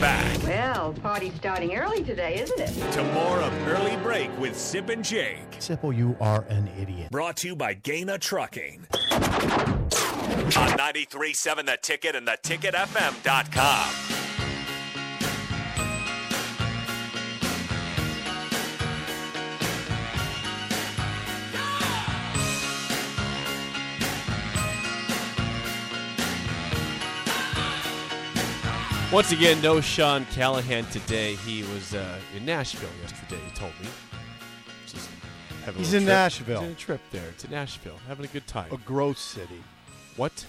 back Well, party's starting early today, isn't it? to more of Early Break with Sip and Jake. Sipple, you are an idiot. Brought to you by Gaina Trucking. On 93.7 The Ticket and theticketfm.com. Once again, no Sean Callahan today. He was uh, in Nashville yesterday. He told me. Just having a He's little in trip. Nashville. Oh. He's in a trip there to Nashville, having a good time. A growth city. what?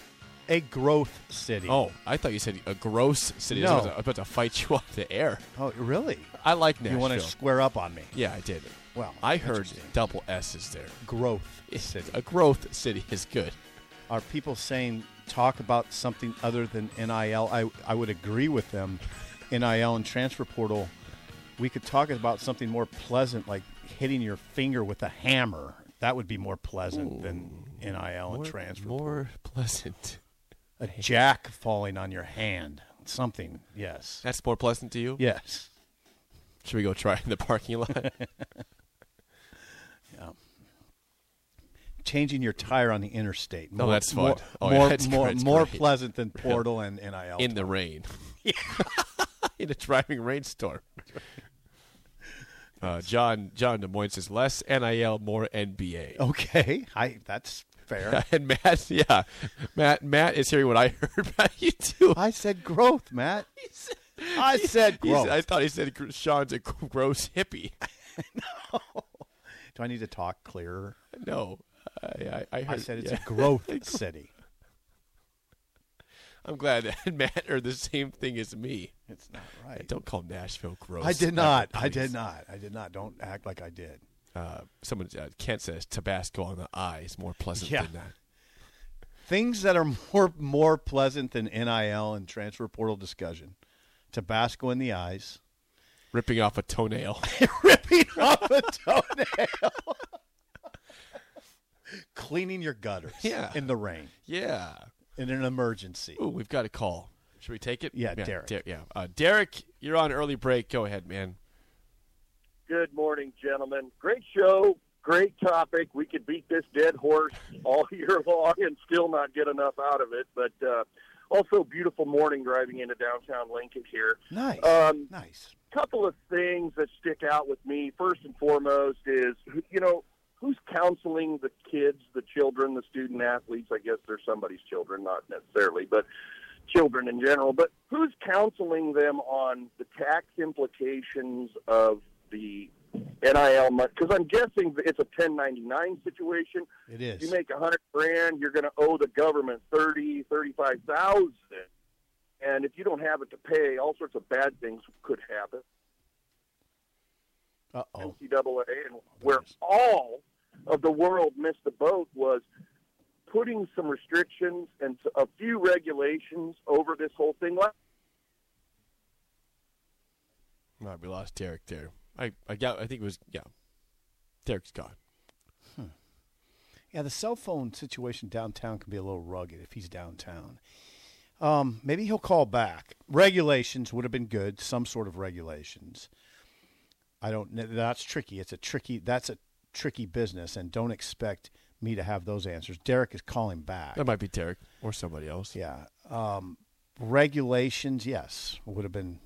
A growth city. Oh, I thought you said a gross city. I was No. about to fight you off the air. Oh, really? I like Nashville. You want to square up on me? yeah, I did. Well, I heard interesting. double S is there. growth It's- city. A growth city is good. Are people saying talk about something other than NIL? I I would agree with them. NIL and transfer portal. We could talk about something more pleasant, like hitting your finger with a hammer. That would be more pleasant than NIL and transfer. more pleasant. A jack falling on your hand. Something. Yes. That's more pleasant to you. Yes. Should we go try it in the parking lot? changing your tire on the interstate. Oh, that's fun. More, Oh, yeah, more, that's more, great. more Great. pleasant than Portal and NIL. in the rain. in a driving rainstorm. Uh, John John Des Moines says less NIL, more NBA. Oh. okay, I that's fair. And Matt, yeah, Matt Matt is hearing what I heard about you too. I said growth, Matt. I said He's- growth. I thought he said gr- Sean's a gr- gross hippie. Do I need to talk clearer? No, I, I, I, heard, I said it's yeah. a growth city. I'm glad that Matt heard the same thing as me. It's not right. Don't call Nashville gross. I did ever, not. I please. did not. I did not. Don't act like I did. Uh, someone uh, Kent says Tabasco on the eye is more pleasant Yeah. than that. Things that are more more pleasant than NIL and transfer portal discussion. Tabasco in the eyes. Ripping off a toenail. ripping off a toenail. Cleaning your gutters Yeah. in the rain yeah. in an emergency. Ooh, we've got a call. Should we take it? Yeah, Derek. Der- yeah, uh, Derek, you're on early break. Go ahead, man. Good morning, gentlemen. Great show. Great topic. We could beat this dead horse all year long and still not get enough out of it. But uh, also, beautiful morning driving into downtown Lincoln here. Nice. Um, nice. couple of things that stick out with me. First and foremost is, you know, who's counseling the kids, the children, the student athletes? I guess they're somebody's children, not necessarily, but children in general. But who's counseling them on the tax implications of the NIL money? Because I'm guessing it's a 1099 situation. It is. If you make a hundred grand, you're going to owe the government thirty, thirty-five thousand, and if you don't have it to pay, all sorts of bad things could happen. Uh oh. NCAA, and where all of the world missed the boat was putting some restrictions and a few regulations over this whole thing. Like, All right, we lost Derek there. I, I got. I think it was yeah. Derek's gone. Yeah, the cell phone situation downtown can be a little rugged if he's downtown. Um, maybe he'll call back. Regulations would have been good, some sort of regulations. I don't know. That's tricky. It's a tricky. That's a tricky business, and don't expect me to have those answers. Derek is calling back. That might be Derek or somebody else. Yeah. Um, regulations, yes, would have been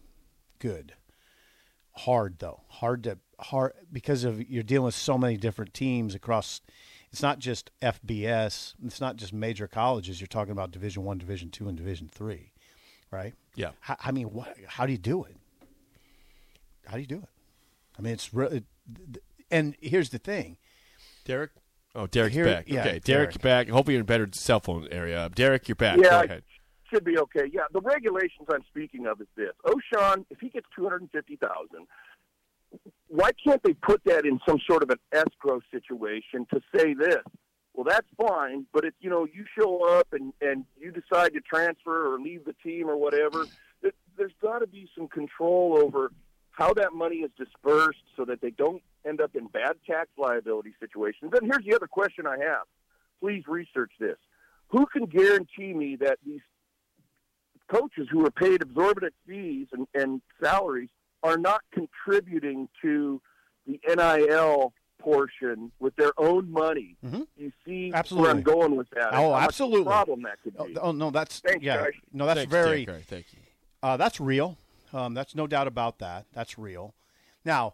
good. Hard though, hard to hard because of you're dealing with so many different teams across. It's not just FBS. It's not just major colleges. You're talking about Division One, Division Two, and Division Three, right? Yeah. How, I mean, what? How do you do it? How do you do it? I mean, it's really. And here's the thing. Derek. Oh, Derek's Here- back. yeah, okay, Derek, Derek. back. Hopefully, you're in a better cell phone area. Derek, you're back. Go yeah, ahead. should be okay. Yeah, the regulations I'm speaking of is this: O'Shawn, if he gets two hundred and fifty thousand, why can't they put that in some sort of an escrow situation to say this? Well, that's fine, but if you know you show up and and you decide to transfer or leave the team or whatever, th- there's got to be some control over how that money is dispersed so that they don't end up in bad tax liability situations. And here's the other question I have. Please research this. Who can guarantee me that these coaches who are paid exorbitant fees and, and salaries are not contributing to the NIL portion with their own money. Mhm. You see Absolutely. where I'm going with that? Oh, How much of a absolutely. Problem that could Oh, be. oh, no, that's Thanks, yeah. guys. No, that's Thanks, very Derek. All right, thank you. Uh, that's real. Um, that's no doubt about that. That's real. Now,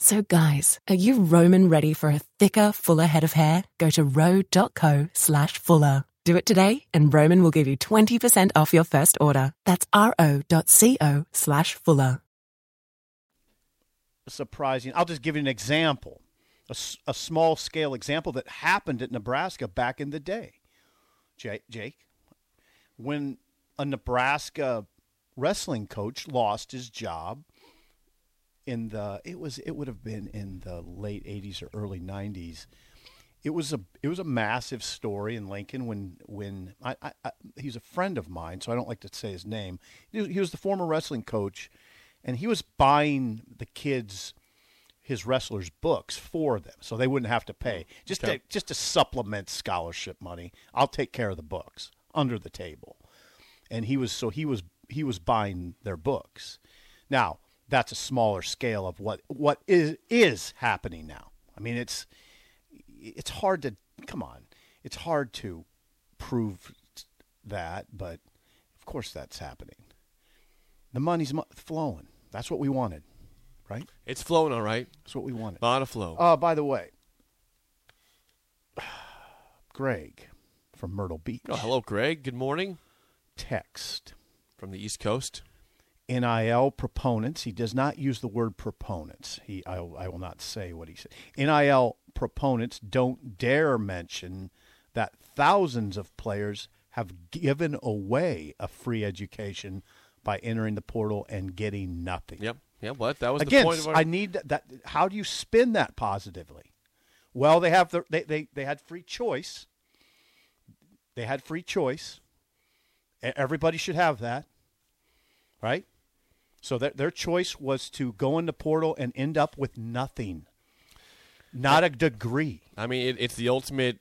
So, guys, are you Roman ready for a thicker, fuller head of hair? Go to ro.co slash fuller. Do it today, and Roman will give you 20% off your first order. That's ro.co slash fuller. surprising. I'll just give you an example, a, s- a small scale example that happened at Nebraska back in the day. Ja- Jake, when a Nebraska wrestling coach lost his job in the it was it would have been in the late 80s or early 90s. It was a it was a massive story in Lincoln when when I, I, I he's a friend of mine, so I don't like to say his name. He was- he was the former wrestling coach and he was buying the kids his wrestlers books for them so they wouldn't have to pay just Okay. to, just to supplement scholarship money i'll take care of the books under the table and he was so he was he was buying their books now that's a smaller scale of what what is is happening now i mean it's it's hard to come on it's hard to prove that but of course that's happening the money's mo- flowing. That's what we wanted, right? It's flowing all right. That's what we wanted. Lot of flow. Uh, by the way, Greg from Myrtle Beach. oh, hello, Greg. Good morning Text. from the East Coast. NIL proponents. He does not use the word proponents. He, I, I will not say what he said. NIL proponents don't dare mention that thousands of players have given away a free education by entering the portal and getting nothing. Yep. Yeah, what? That was Again, the point of our. I need that, that. How do you spin that positively? Well, they have the, they, they they had free choice. They had free choice. E- Everybody should have that, right? So their their choice was to go in the portal and end up with nothing, not a degree. I mean, it, it's the ultimate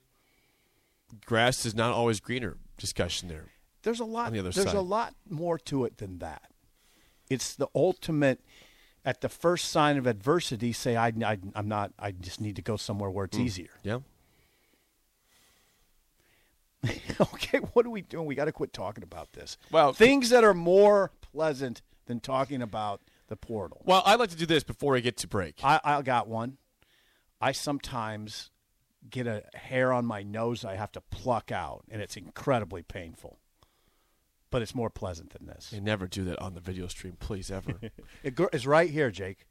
grass is not always greener discussion there. There's a lot. On the other there's side. a lot more to it than that. It's the ultimate. At the first sign of adversity, say, I, I, "I'm not. I just need to go somewhere where it's easier." Yeah. okay, what are we doing? We got to quit talking about this. Well- things that are more pleasant than talking about the portal. Well, I'd like to do this before we get to break. I, I got one. I sometimes get a hair on my nose I have to pluck out, and it's incredibly painful. But it's more pleasant than this. They never do that on the video stream, please, ever. It gr- it's right here, Jake.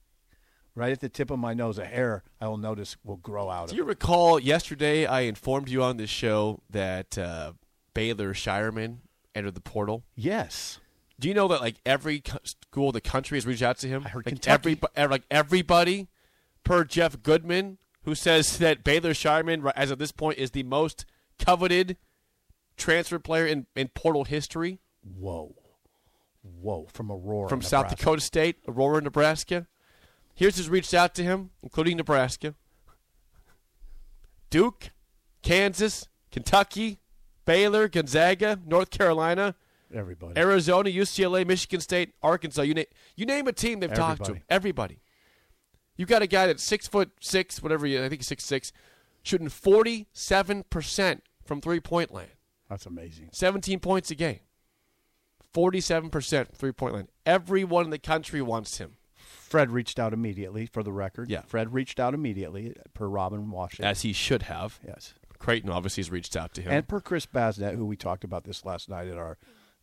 Right at the tip of my nose, a hair I will notice will grow out. do Of. you recall yesterday I informed you on this show that uh, Baylor Shireman entered the portal? Yes. Do you know that like every co- school in the country has reached out to him? I heard like Kentucky. everybo- ev- like everybody, per Jeff Goodman, who says that Baylor Shireman, ri- as of this point, is the most coveted transfer player in, in portal history Whoa. Whoa. From Aurora. from South Nebraska. Dakota State, Aurora, Nebraska. Here's who's reached out to him, including Nebraska, Duke, Kansas, Kentucky, Baylor, Gonzaga, North Carolina, Everybody. Arizona, UCLA, Michigan State, Arkansas. You name you name a team they've talked to. Everybody. Everybody. You got a guy that's six foot six, whatever you I think he's six six, shooting forty seven percent from three point land. That's amazing. Seventeen points a game. Forty seven percent from three point land. Everyone in the country wants him. Fred reached out immediately, for the record. Yeah. Fred reached out immediately per Robin Washington. As he should have. yes. Creighton obviously has reached out to him. And per Chris Basnett, who we talked about this last night at our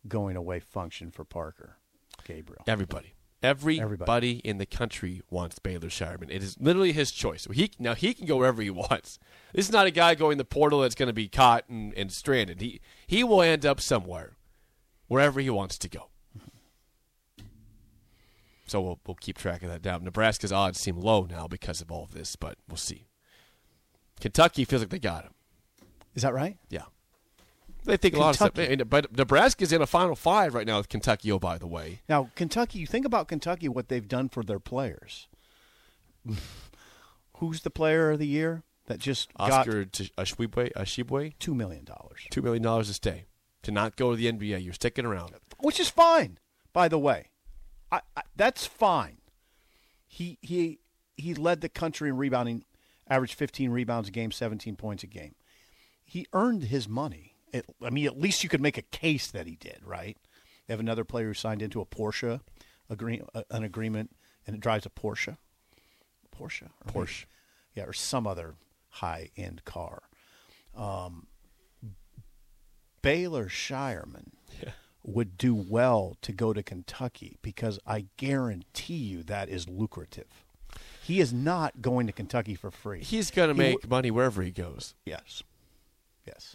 going away function for Parker Gabriel. Everybody. Everybody, Everybody. in the country wants Baylor Shireman. It is literally his choice. He now he can go wherever he wants. This is not a guy going the portal that's going to be caught and, and stranded. He he will end up somewhere, wherever he wants to go. So we'll we'll keep track of that down. Nebraska's odds seem low now because of all of this, but we'll see. Kentucky feels like they got him. Is that right? Yeah. They think a lot of stuff, Kentucky. and- but Nebraska's in a Final Five right now with Kentucky. Oh, by the way, Now, Kentucky, you think about Kentucky, what they've done for their players. Who's the player of the year that just got Oscar T- Ashibwe, Ashibwe, $2 million? dollars? two million dollars to stay to not go to the NBA. You're sticking around. which is fine, by the way. I, I, that's fine. He he he led the country in rebounding, averaged 15 rebounds a game, 17 points a game. He earned his money. It, I mean, at least you could make a case that he did, right? They have another player who signed into a Porsche, agree, uh, an agreement, and it drives a Porsche, Porsche, or Porsche. maybe- yeah, or some other high end car. Um, Baylor Shireman would do well to go to Kentucky because I guarantee you that is lucrative. He is not going to Kentucky for free. He's gonna He make w- money wherever he goes. yes, yes.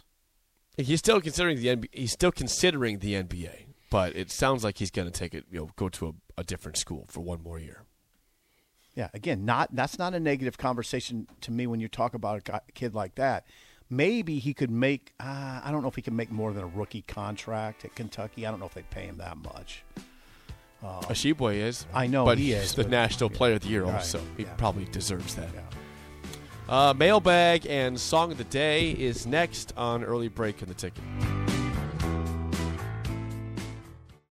He's still considering the NBA. He's still considering the NBA, but it sounds like he's gonna take it. You know, go to a, a different school for one more year. Yeah, again, not that's not a negative conversation to me when you talk about a gu- kid like that. Maybe he could make. Uh, I don't know if he can make more than a rookie contract at Kentucky. I don't know if they pay him that much. Ashibwe is. Um, I know but he he's is, the but- national player of the year. Right, Also, he yeah. probably deserves that. Yeah. Uh, mailbag and song of the day is next on early break in the ticket.